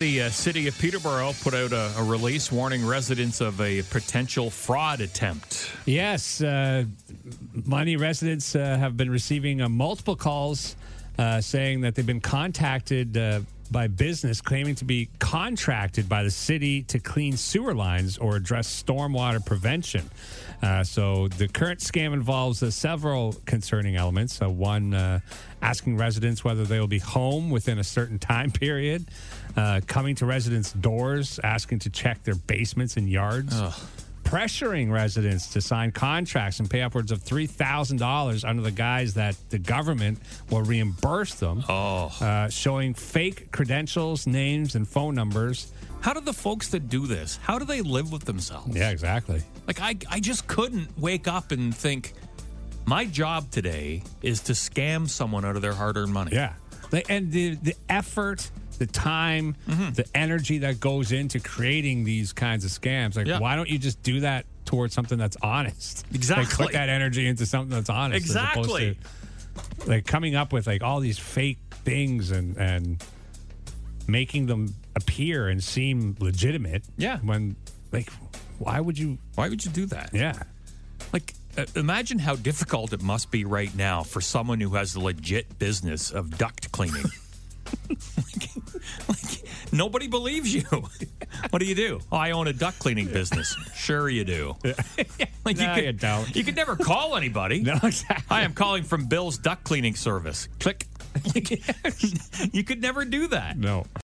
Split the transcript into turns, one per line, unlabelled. The uh, city of Peterborough put out a, a release warning residents of a potential fraud attempt.
Yes, uh, money residents uh, have been receiving uh, multiple calls uh, saying that they've been contacted uh, by business claiming to be contracted by the city to clean sewer lines or address stormwater prevention. Uh, so the current scam involves uh, several concerning elements. Uh, one, uh, asking residents whether they will be home within a certain time period, uh, coming to residents' doors, asking to check their basements and yards pressuring residents to sign contracts and pay upwards of $3,000 under the guise that the government will reimburse them,
Oh.
uh, showing fake credentials, names, and phone numbers.
How do the folks that do this, how do they live with themselves?
Yeah, exactly.
Like, I, I just couldn't wake up and think, my job today is to scam someone out of their hard earned money.
Yeah. They- And the, the effort, the time,
Mm-hmm.
the energy that goes into creating these kinds of scams. Like,
Yeah.
why don't you just do that towards something that's honest? Like,
Exactly.
put that energy into something that's honest. as opposed
Exactly.
to- like coming up with like all these fake things and and making them appear and seem legitimate.
Yeah.
When like why would you
Why would you do that?
Yeah.
Like, uh, imagine how difficult it must be right now for someone who has the legit business of duct cleaning. like, like, nobody believes you. what do you do? Oh, I own a duct cleaning business. sure, you do. like,
No, you don't.
You could never call anybody.
No, exactly.
Hi, I'm calling from Bill's Duct Cleaning Service. Click. Like, you could never do that.
No.